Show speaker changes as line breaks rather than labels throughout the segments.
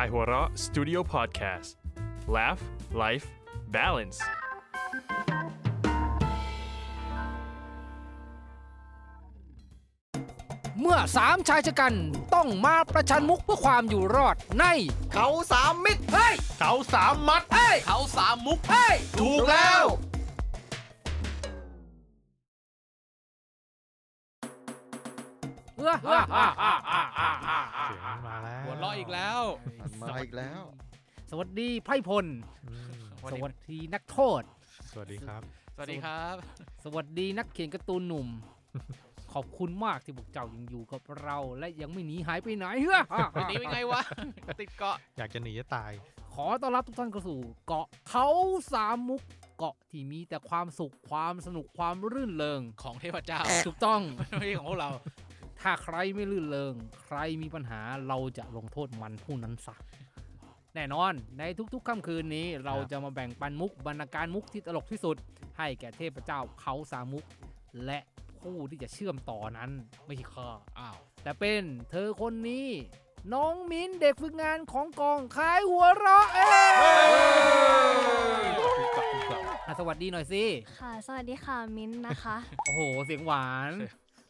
ายหัวเราะ Studio Podcast Laugh Life Balance
เมื่อสามชายชะกันต้องมาประชันมุกเพื่อความอยู่รอดใน
เขาสามมิตร
เฮ้ย
เขาสามมัด
เฮ้ย
เขาสามมุก
เฮ้ย
ถูกแล้ว
เอออ่ะอ่ะอ่ะอ่ะอ่ะอ่ะอ่ะ
หัวเราะอีกแล้ว
มาอีกแล้ว
สวัสดีไพร่พล สวัสดีนักโทษ
สวัสดีครับ
สวัสดีครับ
สวัสดีนักเขียนการ์ตูนหนุ่ม ขอบคุณมากที่พวกเจ้ายังอยู่กับเรา และยังไม่หนีหายไปไหน เฮ้ออ่ะ
วัน
อ่ะ
นี้เป็นไงวะ ติดเกาะ
อยากจะหนีจะตาย
ขอต้อนรับทุกท่านเข้าสู่เกาะเขาสามมุก เกาะที่มีแต่ความสุขความสนุกความรื่นเริง
ของเทพเจ้า
ถูกต้อง
ไม่ใช่ของพวกเรา
ถ้าใครไม่ลื่นเริง ใครมีปัญหาเราจะลงโทษมันผู้นั้นสัก แน่นอนในทุกๆค่ำคืนนี้ เราจะมาแบ่งปันมุกบรรณาการมุกที่ตลกที่สุด ให้แก่เทพเจ้าเขาสามมุก และผู้ที่จะเชื่อมต่อนั้น ไม่ใช่ข้า
อ้าว
แต่เป็นเธอคนนี้ น้องมิ้นเด็กฝึกงานของกองขายหัวเราะเอ้ยอ่ะสวัสดีหน่อยสิ
ค่ะ สวัสดีค่ะ มิ้นท์นะคะ
โอ้โหเสียงหวาน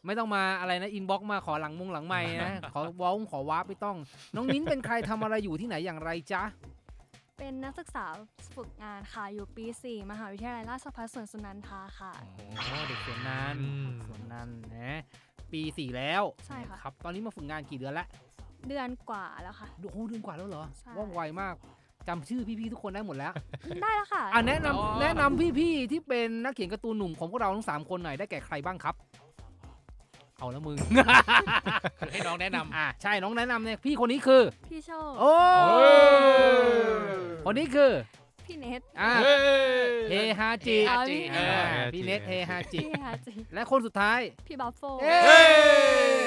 ไม่ต้องมาอะไรนะอินบ็อกมาขอหลังมุงหลังไม่นะ ขอว้าวขอวาร์ปไม่ต้อง น้องนิ้นเป็นใครทำอะไรอยู่ที่ไหนอย่างไรจ๊ะ
เป็นนักศึกษาฝึกงานค่ะ อยู่ปี 4 มหาวิทยาลัยราชภัฏสวนสุนันทาค่ะ
โอ้เด็กสวนนัน
อืม
สวนนันนะปีสี่แล้ว
ใช่ค่ะ
รับตอนนี้มาฝึกงานกี่เดือนละ
เดือนกว่าแล้วค่ะ
โอ้โหเดือนกว่าแล้วเหรอ
ใช่
ว่องไวมากจำชื่อพี่ๆทุกคนได้หมด แล้ว
ได้แล้วค่ะ
อ่ะแนะนำแนะนำพี่ๆที่เป็นนักเขียนการ์ตูนหนุ่มของพวกเราทั้งสามคนหน่อยได้แก่ใครบ้างครับ เอาแล้วมึง
คือให้น้องแนะน
อ่ะใช่น้องแนะนำเนี่ยพี่คนนี้คือ
พี่โชค
โอ้คนนี้คือ
พี่เนท
อ่ะ
ำ
เฮฮาจิ
เฮฮาจิ
เออ
เฮฮาจิ
พี่เนทเฮฮาจิ
พี่ฮาจิ
และคนสุดท้าย
พี่บัฟโฟ
เอ้
เ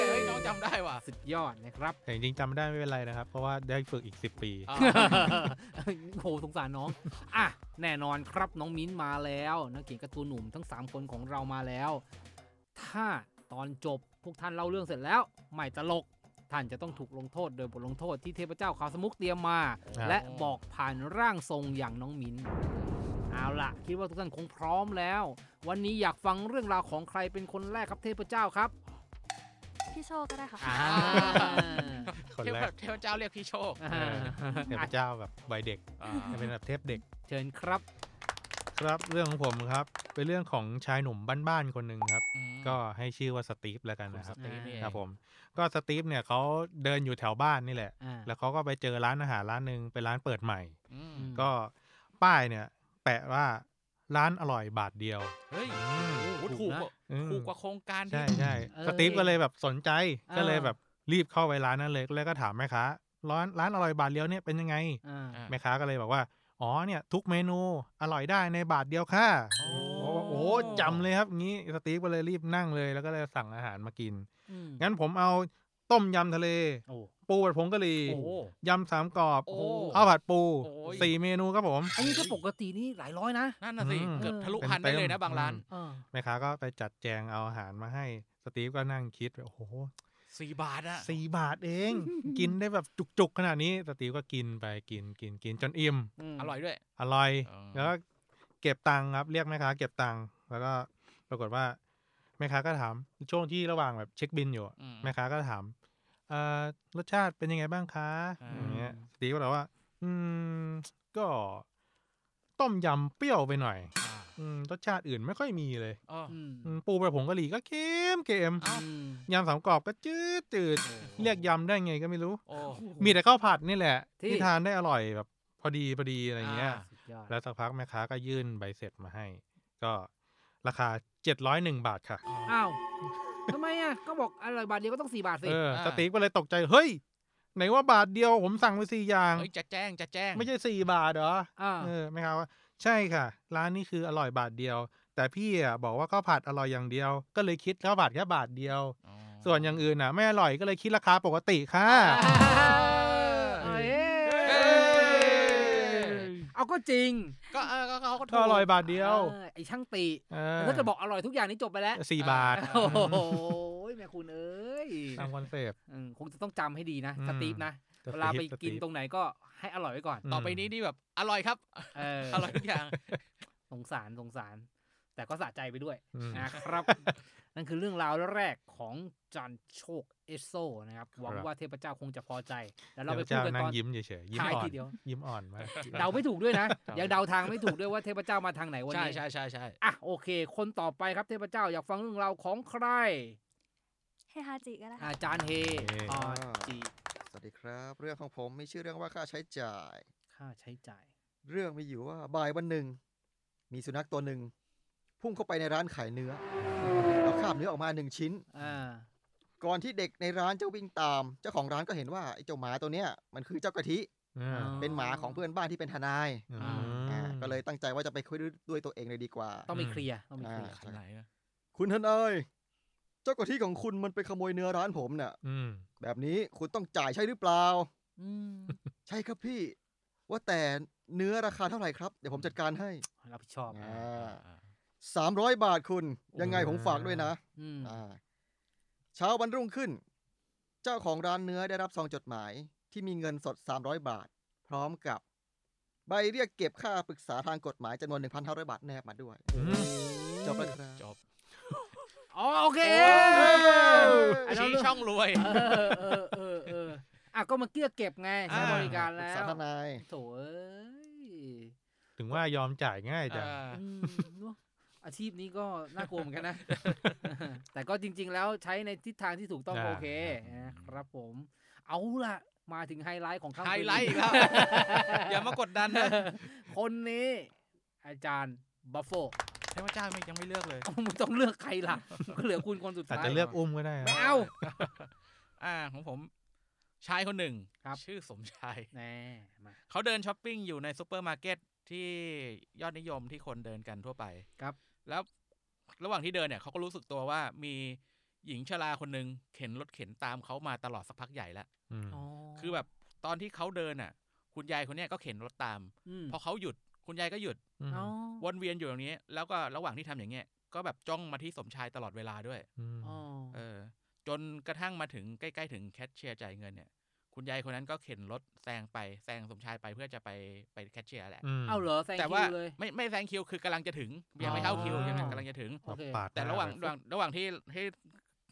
ฮ้ยน้องจำได้ว่ะ
สุดยอดนะครับ
แต่จริงๆจำไม่ได้ไม่เป็นไรนะครับ เพราะว่าได้ฝึกอีก 10 ปี
อ้าว
โหสงสารน้อง อ่ะ แน่นอนครับน้องมิ้นมาแล้วนักเขียนการ์ตูนหนุ่มทั้ง 3 คนของเรามาแล้ว ถ้าตอนจบพวกท่านเล่าเรื่องเสร็จแล้วไม่ตลก ท่านจะต้องถูกลงโทษโดยบทลงโทษที่เทพเจ้าขาวสมุกเตรียมมา
ครับ
และบอกผ่านร่างทรงอย่างน้องมิ้น เอาล่ะ คิดว่าทุกท่านคงพร้อมแล้ว วันนี้อยากฟังเรื่องราวของใครเป็นคนแรกครับเทพเจ้าครับ
พี่โชคก็ได้ค่ะ
อ่า
คน
เทพ
แรก
เทพเจ้าเรียกพี่โชค
อ่า
เทพเจ้าแบบวัยเด็กจะเป็นแบบเทพเด็ก
เชิญครับ
ครับเรื่องของผมครับ เป็นเรื่องของชายหนุ่มบ้านๆคนหนึ่งครับ
อืม
ก็ให้ชื่อว่าสตีฟแล้วกัน
คุณ
นะ
ส
ครับ
ตีฟนี่เอง
ครับผม ก็สตีฟเนี่ยเขาเดินอยู่แถวบ้านนี่แหละ
อ่า
แล้วเขาก็ไปเจอร้านอาหารร้านหนึ่งเป็นร้านเปิดใหม่
อืม
ก็ป้ายเนี่ย แปะว่าร้านอร่อยบาทเดียว
เฮ้ย
อืม
โอ้โหถูกกว่า
อืม
ถูกกว่าโครงการที่
ใช่ใช่
เออ
สตีฟก็เลยแบบสนใจ
เออ
ก็เลยแบบรีบเข้าไปร้านนั้นเลยแล้วก็ถามแม่ค้าร้านร้านอร่อยบาทเดียวเนี่ยเป็นยังไง
อ่า
อ่ะ
แม่ค้าก็เลยบอกว่าอ๋อเนี่ยทุกเมนูอร่อยได้ในบาทเดียวค่ะ
โอ้
โอ้โหจำเลยครับงี้สตีฟก็เลยรีบนั่งเลยแล้วก็เลยสั่งอาหารมากิน
อืม
งั้นผมเอาต้มยำทะเล
โอ้
ปูผัดผงกะหรี่
โอ้โห
ยำสามกรอบ
โอ้
ข้าวผัดปู
โอ้ย
สี่เมนูครับผม
อันนี้ก็ปกตินี่หลายร้อยนะ
นั่นน่ะสิ
อืม
เกือบทะลุ
เต็ม
พันได้เลยนะ
เต็ม
บางร้าน
เออ
แม่ค้าก็ไปจัดแจงเอาอาหารมาให้สตีฟก็นั่งคิดโอ้โห
สี่บาทอ่ะ
สี่บาทเอง กินได้แบบจุกๆ ขนาดนี้สตีฟก็กินไปกินกินกินจนอิ่ม
อร่อยด้วย
อร่อย
อ๋อ
แล้วก็เก็บตังค์ครับเรียกแม่ค้าเก็บตังค์แล้วก็ปรากฏว่าแม่ค้าก็ถามช่วงที่ระหว่างแบบเช็คบินอยู่อะ
อืม
แม่ค้าก็ถามเอ่อรสชาติเป็นยังไงบ้างคะ
อ่า
อย่างเงี้ยสตีฟก็ตอบว่า อืม ก็ ต้มยำเปรี้ยวไปหน่อย อืมรสชาติอื่นไม่ค่อยมีเลย
อ๋อ
อืม
อืมปูประผงกะหรี่ก็เค็มเค็ม
อ้าว
อืม
ยำสามกรอบก็จืดจืดเรียกยำได้ไงก็ไม่รู้
โอ้
มีแต่ข้าวผัดนี่แหละ
ที่
ที่ทานได้อร่อยแบบพอดีพอดีอะไรเงี้ย
อ่า
สุดยอด
แล้วสักพักแม่ค้าก็ยื่นใบเสร็จมาให้ ก็ราคา 701 บาทค่ะ
อ้าวทำไมอ่ะ ก็บอกอร่อยบาทเดียวก็ต้องสี่บาทสิ
เออ
อ่า
สตีฟก็เลยตกใจ เฮ้ย ไหนว่าบาทเดียวผมสั่งไปสี่อย่าง
เฮ้ยจะแจ้งจะแจ้ง
ไม่ใช่ 4 บาทเหรอ
่า
เออแม่ค้าว่าใช่ค่ะ ร้านนี้คืออร่อยบาทเดียว แต่พี่อะบอกว่าข้าวผัดอร่อยอย่างเดียว ก็เลยคิดข้าวผัดแค่บาทเดียว ส่วนอย่างอื่นน่ะไม่อร่อยก็เลยคิดราคาปกติค่ะ
เอ้ย
เอ้ย
เอาก็จริง
ก็เออก็เขาก็ถู
ก็
ก
อร่อยบาทเดียว
ออไอ้ช่างติ
เออ
แต่ถ้าเกิดบอกอร่อยทุกอย่างนี่จบไปแล้ว
สี่บาท
โอ้โหแม่คุณเอ้ย
ตามคอนเซปต์
อืมคงจะต้องจำให้ดีนะ
อืม
สตีฟนะ
The
เวลาไป
Fifth
กิน
Street
ตรงไหนก็ให้อร่อยไว้ก่อน
ม
ต่อไปนี้นี่แบบอร่อยครับ
เออ
อร่อยทุกอย่าง
สงสารสงสาร แต่ก็สะใจไปด้วย
อืม
นะครับ นั่นคือเรื่องราวแรกของจันโชคเอสโซนะครับ หวัง
ครับ
ว่าเทพเจ้าคงจะพอใจ แล้วเราไป
เดี๋
พูด
ยว
กัน
จะนั่
ต
ง
อน
ยิ้มเฉยๆยิ้ม
ท้าย
อ่อน
ทีเดียว
ยิ้มอ่อนมาก
เดาไม่ถูกด้วยนะ
ครับ
ยังเดาทางไม่ถูกด้วยว่าเทพเจ้ามาทางไหนวัน
ใช่
นี้
ใช่ใช่ใช่
อ่ะโอเค คนต่อไปครับเทพเจ้าอยากฟังเรื่องราวของใคร
เฮฮาจิก็ได้ค่ะ
อาจารย์เฮ
เฮ
ออจี
สวัสดีครับ เรื่องของผมมีชื่อเรื่องว่าค่าใช้จ่าย
ค่าใช้จ่าย
เรื่องมีอยู่ว่าบ่ายวันหนึ่ง มีสุนัขตัวหนึ่ง พุ่งเข้าไปในร้านขายเนื้อแล้วคาบเนื้อออกมาหนึ่งชิ้น
อ่า
ก่อนที่เด็กในร้านจะวิ่งตาม เจ้าของร้านก็เห็นว่าไอ้เจ้าหมาตัวเนี้ยมันคือเจ้ากะทิ
อ่า
เป็นหมาของเพื่อนบ้านที่เป็นทนาย
อืม
อ่าก็เลยตั้งใจว่าจะไปคุยด้วยตัวเองเลยดีกว่า
ต้องมี
อืม
เคลียร์ต้องมีเคลียร์
อ่า
ขันไหนนะ
คุณทนายเจ้ากะทิของคุณมันไปขโมยเนื้อร้านผมน่ะ
อืม
แบบนี้คุณต้องจ่ายใช่หรือเปล่า
อืม
ใช่ครับพี่ ว่าแต่เนื้อราคาเท่าไหร่ครับ เดี๋ยวผมจัดการให้
รับผิดชอบ
อ่า สามร้อยบาทคุณ ยังไงผมฝากด้วยนะ
อืม
อ่า เช้าวันรุ่งขึ้น เจ้าของร้านเนื้อได้รับซองจดหมายที่มีเงินสด 300 บาท พร้อมกับ ใบเรียกเก็บค่าปรึกษาทางกฎหมายจำนวน 1,500 บาทแนบมาด้วย
อืม
จบแล้วครับ
จบ
อ๋อโอเค
อันนี้ช่องรวย
เออเออเออเอออ่ะก็มาเกลี้ยเก็บไงใช้
อ่า
บริการ
ปรึ
แล้
กษาว ทนาย
โถเอ้ย
ถึงว่ายอมจ่ายง่ายจัง
อ่า
อืมเนอะอาชีพนี้ก็น่ากลัวเหมือน กันนะ แต่ก็จริง ๆ แล้วใช้ในทิศทางที่ถูกต้อง
อ่า
โอเคนะครับผม เอาล่ะ มาถึงไฮไลท์ของค่ำคืน
ไฮไลท์อีก แล้ว อย่ามากดดันนะ
คนนี้ อาจารย์บัฟโฟ
เทพเจ้าไม่ยังไม่เลือกเลย
มึงต้อง เลือกใครล่ะก็เหลือคุณคนสุด
อาจ
ท้าย
จะเลือกอุ้มก็ได้
ไม่
นะ
เอา
อ่าของผมชายคนหนึ่ง
ครับ
ชื่อสมชาย
แน่มา
เขาเดินช้อปปิ้งอยู่ในซูเปอร์มาร์เก็ตที่ยอดนิยมที่คนเดินกันทั่วไป
ครับ
แล้วระหว่างที่เดินเนี่ยเขาก็รู้สึกตัวว่ามีหญิงชราคนหนึ่งเข็นรถเข็นตามเขามาตลอดสักพักใหญ่แล้ว
อืม
คือแบบตอนที่เขาเดินอ่ะ คุณยายคนเนี้ยก็เข็นรถตาม
ม
พอเขาหยุดคุณยายก็หยุด
อืม
อ๋อ
วนเวียนอยู่อย่างนี้ แล้วก็ระหว่างที่ทำอย่างเงี้ยก็แบบจ้องมาที่สมชายตลอดเวลาด้วย
ม
อ๋อ
เออ จนกระทั่งมาถึงใกล้ๆถึงแคชเชียร์จ่ายเงินเนี่ย คุณยายคนนั้นก็เข็นรถแซงไปแซงสมชายไปเพื่อจะไปไปแคชเชียร์แหละ
ม
เอาเหรอแซง
แต่
คิ
ว่าว
เลย
ไม่ไม่แซงคิวคือกำลังจะถึงยังไม่เข้าคิวยังไม่กำลังจะถึง
โอเค
ปาด
แต่
หน้
ระหว่าง
ไป
ระหว่างระหว่างที่ที่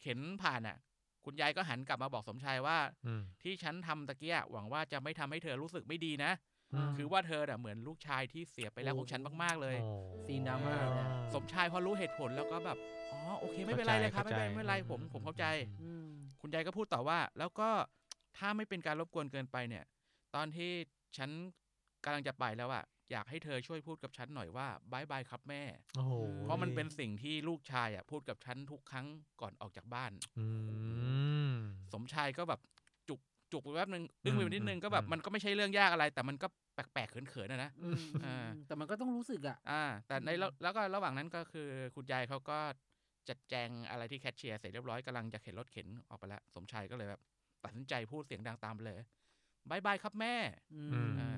เข็นผ่านอ่ะ คุณยายก็หันกลับมาบอกสมชายว่า
อืม
ที่ฉันทำตะเกียะหวังว่าจะไม่ทำให้เธอรู้สึกไม่ดีนะ
อืม
คือว่าเธอน่ะเหมือนลูกชายที่เสียไปแล้วของฉันมากๆเลย
โอ้
ซีนดราม่าเลยอะ
สมชายพอรู้เหตุผลแล้วก็แบบ อ๋อ โอเค ไม่เป็นไรเลยครับ
เข้า
ไม่
ใจ
เป็นไม่เป็นไร
เข้าใจ
ผม
อืม
ผมเข้าใจ
อืม
คุณยายก็พูดต่อว่า แล้วก็ถ้าไม่เป็นการรบกวนเกินไปเนี่ย ตอนที่ฉันกำลังจะไปแล้วอะอยากให้เธอช่วยพูดกับฉันหน่อยว่าบายบายครับแม่
โอ้โห
เพราะมันเป็นสิ่งที่ลูกชายอะพูดกับฉันทุกครั้งก่อนออกจากบ้าน
อืม
สมชายก็แบบจุกจุกไปแป๊บนึงดึงไป
อืม
นิดนึง
อืม
ก็แบบ
อืม
มันก็ไม่ใช่เรื่องยากอะไร แต่มันก็แปลกๆเขินๆอะนะ
อืมอืมแต่มันก็ต้องรู้สึกอ่ะ
อ่าแต่ในระ
อืม
แล้วก็ระหว่างนั้นก็คือคุณยายเขาก็จัดแจงอะไรที่แคชเชียร์เสร็จเรียบร้อยกำลังจะเข็นรถเข็นออกไปแล้ว สมชายก็เลยแบบตัดสินใจพูดเสียงดังตามไปเลยบายบายครับแม่
อื
อืม
อืม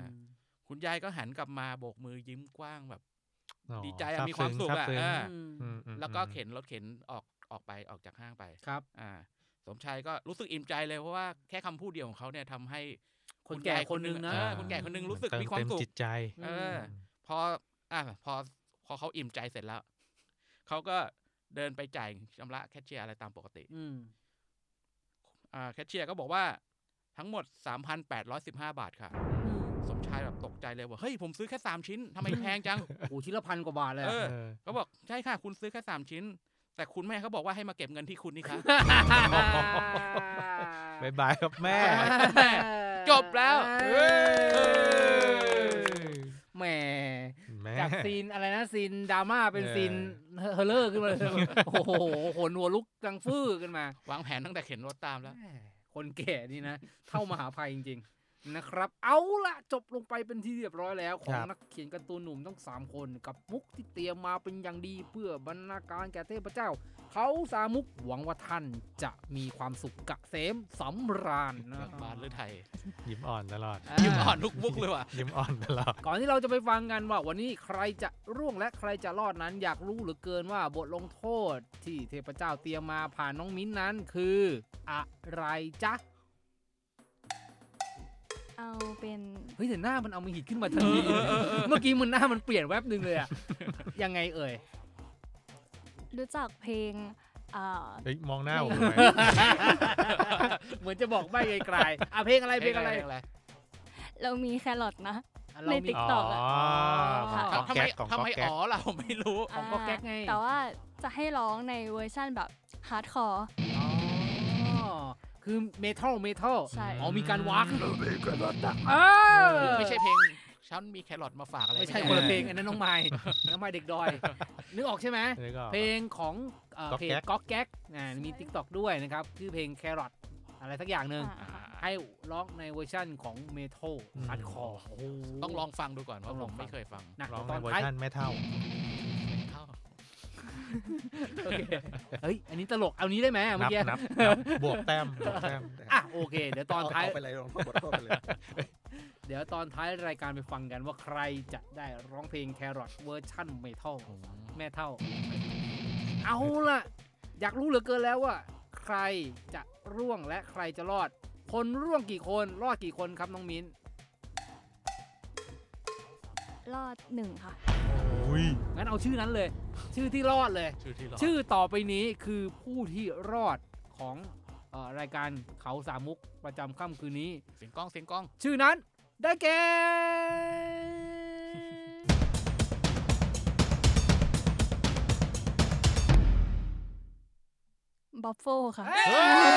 คุณยายก็หันกลับมาโบกมือยิ้มกว้างแบบ
อ๋อ
ดีใจอะ
ซบ
มีความ
ง
สุข
ซบ
อะ
ง
อ่า
อืม
อืมอืม
แล้วก็
อืม
เข็นรถเข็นออกออกไปออกจากห้างไป
ครับ
อ่า สมชายก็รู้สึกอิ่มใจเลยเพราะว่าแค่คำพูดเดียวของเขาเนี่ยทำให้
คน
ณ
แก่
ยาย
คนหนึ่งนะ
เออคนแก่คนหนึงรู้สึก
เติ
มีความ
เต็
สุข
จิตใจ
เออ
ม
พออ่ะพอพอเขาอิ่มใจเสร็จแล้ว เขาก็เดินไปจ่ายชำระแคชเชียร์อะไรตามปกติ
อืม
อ่าแคชเชียร์ก็บอกว่าทั้งหมด 3,815 บาทค่ะ สมชายแบบตกใจเลยว่า เฮ้ย ผมซื้อแค่ 3 ชิ้นทำไมแพงจั ง
โอ้ชิ้นละพันกว่าบาทเลยอะ
เออ
เออ
เขาบอก ใช่ค่ะ คุณซื้อแค่ 3 ชิ้น แต่คุณแม่เขาบอกว่าให้มาเก็บเงินที่คุณนี่คะ
บายบายครับแม่
แม่จบแล้ว
เออแหม
แม่
จากซีนอะไรนะซีนดราม่าเป็น
เออ
ซีนเฮอเลอร์ขึ้นมาเลย โอ้โหขนหัวลุกกังฟื้อขึ้นมา
วางแผนตั้งแต่เข็นรถตามแล้ว
แหม่คนแก่นี่นะ เท่ามหาภัยจริง ๆ นะครับ เอาละจบลงไปเป็นที่เรียบร้อยแล้ว ของ
ครับ
นักเขียนการ์ตูนหนุ่มทั้ง 3 คนกับมุกที่เตรียมมาเป็นอย่างดีเพื่อบรรณาการแก่เทพเจ้า เขาสามมุกหวังว่าท่านจะมีความสุขกะเสมสำราญนะ
บานหรือไทย
ยิ้มอ่อนตลอด
อ่า
ยิ้มอ่อนทุกมุกเลยว่ะ
ยิ้มอ่อนตลอด
ก่อนที่เราจะไปฟังกันว่าวันนี้ใครจะร่วงและใครจะรอดนั้น อยากรู้เหลือเกินว่าบทลงโทษที่เทพเจ้าเตรียมมาผ่านน้องมิ้นนั้นคือ อะไรจ๊ะ
เอาเป็น
เฮ้ยแต่หน้ามันเอามาหิดขึ้นมาทันทีเลยนะเมื่อกี้มันหน้ามันเปลี่ยนแวบหนึ่งเลยอะ ยังไงเอ่ย
รู้จักเพลงเอ่อ
เฮ้ยมองหน้าผมทำไม
เหมือนจะบอกใบไกลๆอ่ะเพลงอะไรเพลงอะไร
เพลงอะไร
เรามีแครอทนะ
อ่ะเรามี
ใน TikTok อะ
ของ
เอา
ก๊อก
ทำไม
แก๊กของ
ทำ
ก๊อก
ไม
แก๊
อ๋
ก
อ เราไม่รู้
ของ
อ่า
ก็แก๊กไง
แต่ว่าจะให้ร้องในเวอร์ชั่นแบบฮาร์ดคอร์
อ๋อคือเมทัลเมทัล
ใช่
อ๋อมีการวักเออ
ไม่ใช่เพลงฉันมีแครอทมาฝากอะไร
ไม่ใช่คนละเพลงอันนั้นน้องไม้น้องไม้เด็กดอย นึกออกใช่ไหม
นึกออก
เพลงของเอ่อ
ก๊อก
เพจ
แก๊ก
ก๊อกแก๊กอ่ามี t ิ k t o k ด้วยนะครับ ชื่อเพลงแครอทอะไรสักอย่างหนึ่ง
อ่า
ให้ร้องในเวอร์ชั่นของเมทัล
อืม
ฮาร์ดคอร์โโห
ต้องลองฟังดูก่อนเพ
ต้องลอ
ราะผ
ง
ม
ฟัง
ไม่เคยฟัง
นะ
ร้อง
ต
ใน
อน
เวอ
ท้าย
ร์ชันแม่เท่า
เข้า
โอเคเฮ้ย อันนี้ตลกเอานี้ได้ไหมอ่ะเมื่อบ
นั
กี้
นับนับบวกแต้มบวกแต้ม
อ่ะโอเค เดี๋ยวตอน
เา
ท้าย
เไปเลยลองโทษบทโทษไปเลย
เดี๋ยวตอนท้ายรายการไปฟังกันว่าใครจะได้ร้องเพลงแครอทเวอร์ชั่นเมทัลแม่เท่า เอาล่ะ อยากรู้เหลือเกินแล้วว่า ใครจะร่วงและใครจะรอด คนร่วงกี่คนรอดกี่คนครับน้องมิ้น
รอดหนึ่งค่ะ
อุ้ย
งั้นเอาชื่อนั้นเลย ชื่อที่รอดเลย
ชื่อที่รอ
ชื่อต่อไปนี้คือผู้ที่รอดของเออรายการเขาสามมุกประจำค่ำคืนนี้
เสียงกล้องเสียงกล้อง
ชื่อนั้นได้แก่
บ๊อบโฟค่ะ
เฮ้ย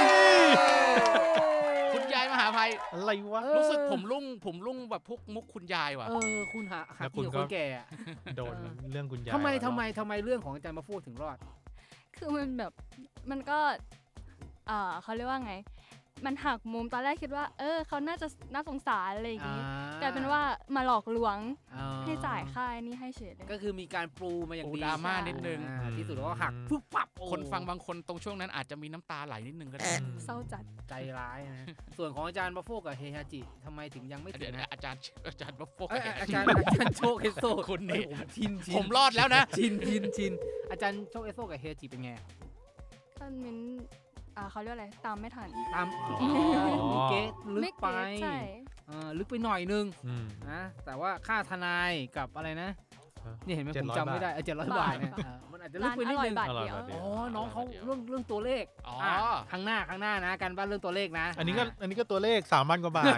คุณยายมหาภัย
อะไรวะ
เออ
รู้สึกผมรุ่งผมรุ่งแบบพวกมุกคุณยายว่ะ
เออ คุณหาหา
แล้วคุ
คุณ
ณ
กับ
ก็
คนแก่อะ
โดนเรื่องคุณยาย
ทำไม
แล้ว
ทำไมทำไมเรื่องของอาจารย์มาพูดถึงรอด
คือมันแบบมันก็เออเขาเรียกว่าไง มันหักมุมตอนแรกคิดว่า เออเขาน่าจะน่าสงสารอะไรอย่างงี้กลายเป็นว่ามาหลอกลวง
อ่
ให้จ่ายค่านี่ให้เฉยเลย
ก็คือมีการปรูมาอย่าง
โอ้
ดี
ดราม่านิดนึง
อ่าที่สุดแล้วก็หักปุ๊บปับโอ้
คนฟังบางคนตรงช่วงนั้นอาจจะมีน้ำตาไหลนิดนึงก็ได้
อืม
เศร้าจัด
ใจร้ายนะ ส่วนของอาจารย์มาโฟกับเฮฮาจิทำไมถึงยังไม่ถึ
เดี๋ย
ง
ว
นะ
อาจารย์อาจารย์มาโฟ
เอ้ย
กัส
อาจารย์อาจารย์โชคเอสโซ
คุณนี่
เอ้ยผมชินชิน
ผมรอดแล้วนะ
ชินชินชินอาจารย์โชคเอสโซกับเฮฮาจิเป็นไงอะ
ก็มินอ่าเขาเรียกอะไร ตามไม่ทัน
ตามอ๋อมีเกตลึ
ไม่
กไป
เตใช่
เออลึกไปหน่อยนึง
อืม
นะแต่ว่าค่าทนายกับอะไรนะ
ฮะ
นี่เห็นไหมผม
700
จำไม่ได้เจ็ดร้อยบาทเนี่ยเออมันอาจจะลึก
ร้าน
ไป
อ
นิด
ร่อย
นึง
บาท
อร่อย
เดียว
บาทเดียว
อ๋อน้องเขาเรื่องเรื่องตัวเลข
อ๋อ
อ่ะ
อ่
ข้างหน้าข้างหน้านะการบ้านเรื่องตัวเลขนะ
อันนี้ก็อันนี้ก็ตัวเลขสามพันกว่าบาท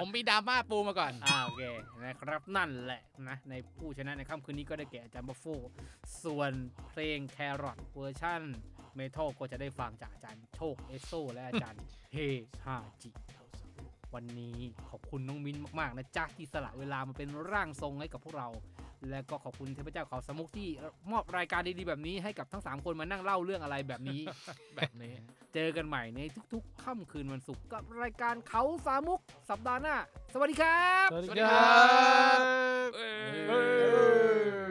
ผมมีดราม่าปูมาก่อน
อ่าโอเคนะครับนั่นแหละนะในผู้ชนะในค่ำคืนนี้ก็ได้แก่อาจารย์บัฟโฟส่วนเพลงแครอทเวอร์ชั่นเมทัลก็จะได้ฟังจากอาจารย์โชคเอสโซและอา จารย์เฮฮาจิ วันนี้ขอบคุณน้องมิ้นมาก ๆ นะจ๊ะ ที่สละเวลามาเป็นร่างทรงให้กับพวกเรา และก็ขอบคุณเทพเจ้าเขาสมุกที่มอบรายการดี ๆ แบบนี้ให้กับทั้ง 3 คนมานั่งเล่าเรื่องอะไรแบบนี้
แบบนี้
เจอกันใหม่ในทุก ๆ ค่ำคืนวันศุกร์กับรายการเขาสามุก สัปดาห์หน้า สวัสดีครับ
สวัส
สวัส
ดี
ดี
ค
ครั
รั
บ
บ
เอ
เอ้
อ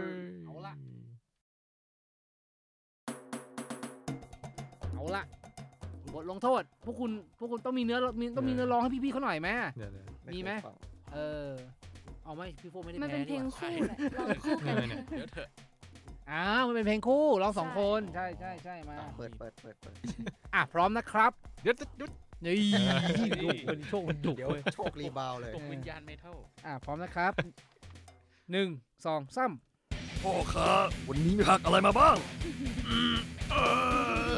ย
เอาละ เอาละบทลงโทษ พวกคุณพวกคุณต้องมีเนื้อมีต้องมีเนื้อร้องให้พี่ ๆเขาหน่อยไหม
เดี๋ยวเดี๋ยว
มีไหม เออ เอาไหมพี่โฟไม่ได้
มัน
แพ้
เป็นเพล
นี่
ง
หว่า
คู่แหละลองคู่
เอ
กัน
อเนี่ย
เดี๋ยวเถอะ
อ้าวมันเป็นเพลงคู่ร้องสอง
ใช่
คนใช่ใช่ใช่มา
อ่ะเปิดเปิดเปิดเปิด
อ่ะพร้อมนะครับ
เดี๋ยวเดี๋ยว
นี่ดุมันโชคมันดุ
เดี๋ยว
เว้ย
โชครีบาวเลย
ตรงวิญญาณไม่เท่า
อ่ะพร้อมนะครับหนึ่งสองสาม
พ่อค้าวันนี้มีผักอะไรมาบ้างอืมเอ่อ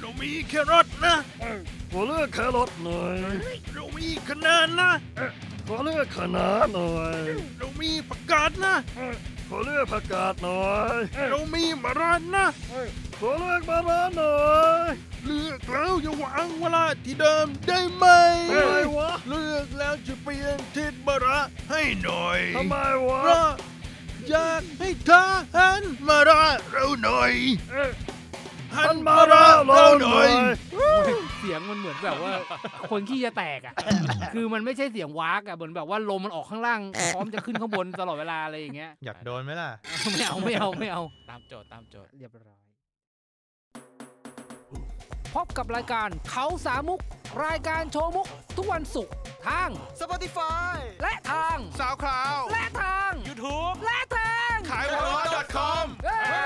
เรามีแครอทนะเอ่อขอเลือกแครอทหน่อยเรามีคะน้านะเอ่อขอเลือกคะน้าหน่อยเรามีผักกาดนะเอ่อขอเลือกผักกาดหน่อยเรามีมะระนะเอ่อขอเลือกมะระหน่อย
เลือกแล้วอย่าวางเวลาที่เดิมได้ไหม
ทำไมวะ
เลือกแล้วจะเปลี่ยนทิศบระให้หน่อย
ทำไมว
เพรา
ะ
อยากให้เธอหันมาระเราหน่อย
เออ
หัน
ท่าน
มา
มา
ระ
รา
เรา
เรา
ห
ห
น่
น่
อ
อย ย
เสียงมันเหมือนแบบว่า คนขี้จะแตกอ่ะ คือมันไม่ใช่เสียงวากอ่ะเหมือนแบบว่าลมมันออกข้างล่างพร้อมจะขึ้นข้างบนตลอดเวลาอะไรอย่างเงี้ย
อยากโดนไหมล่ะ
ไม่เอาไม่เอาไม่เอา
ตามโจทย์ตามโจทย์
เรียบร้อยพบกับรายการเขาสามมุก รายการโชว์มุก ทุกวันศุกร์ทาง
Spotify
และทาง
สาวคราว
และทาง
YouTube
และทาง
ขายหัวร้อย .com
เฮ้ย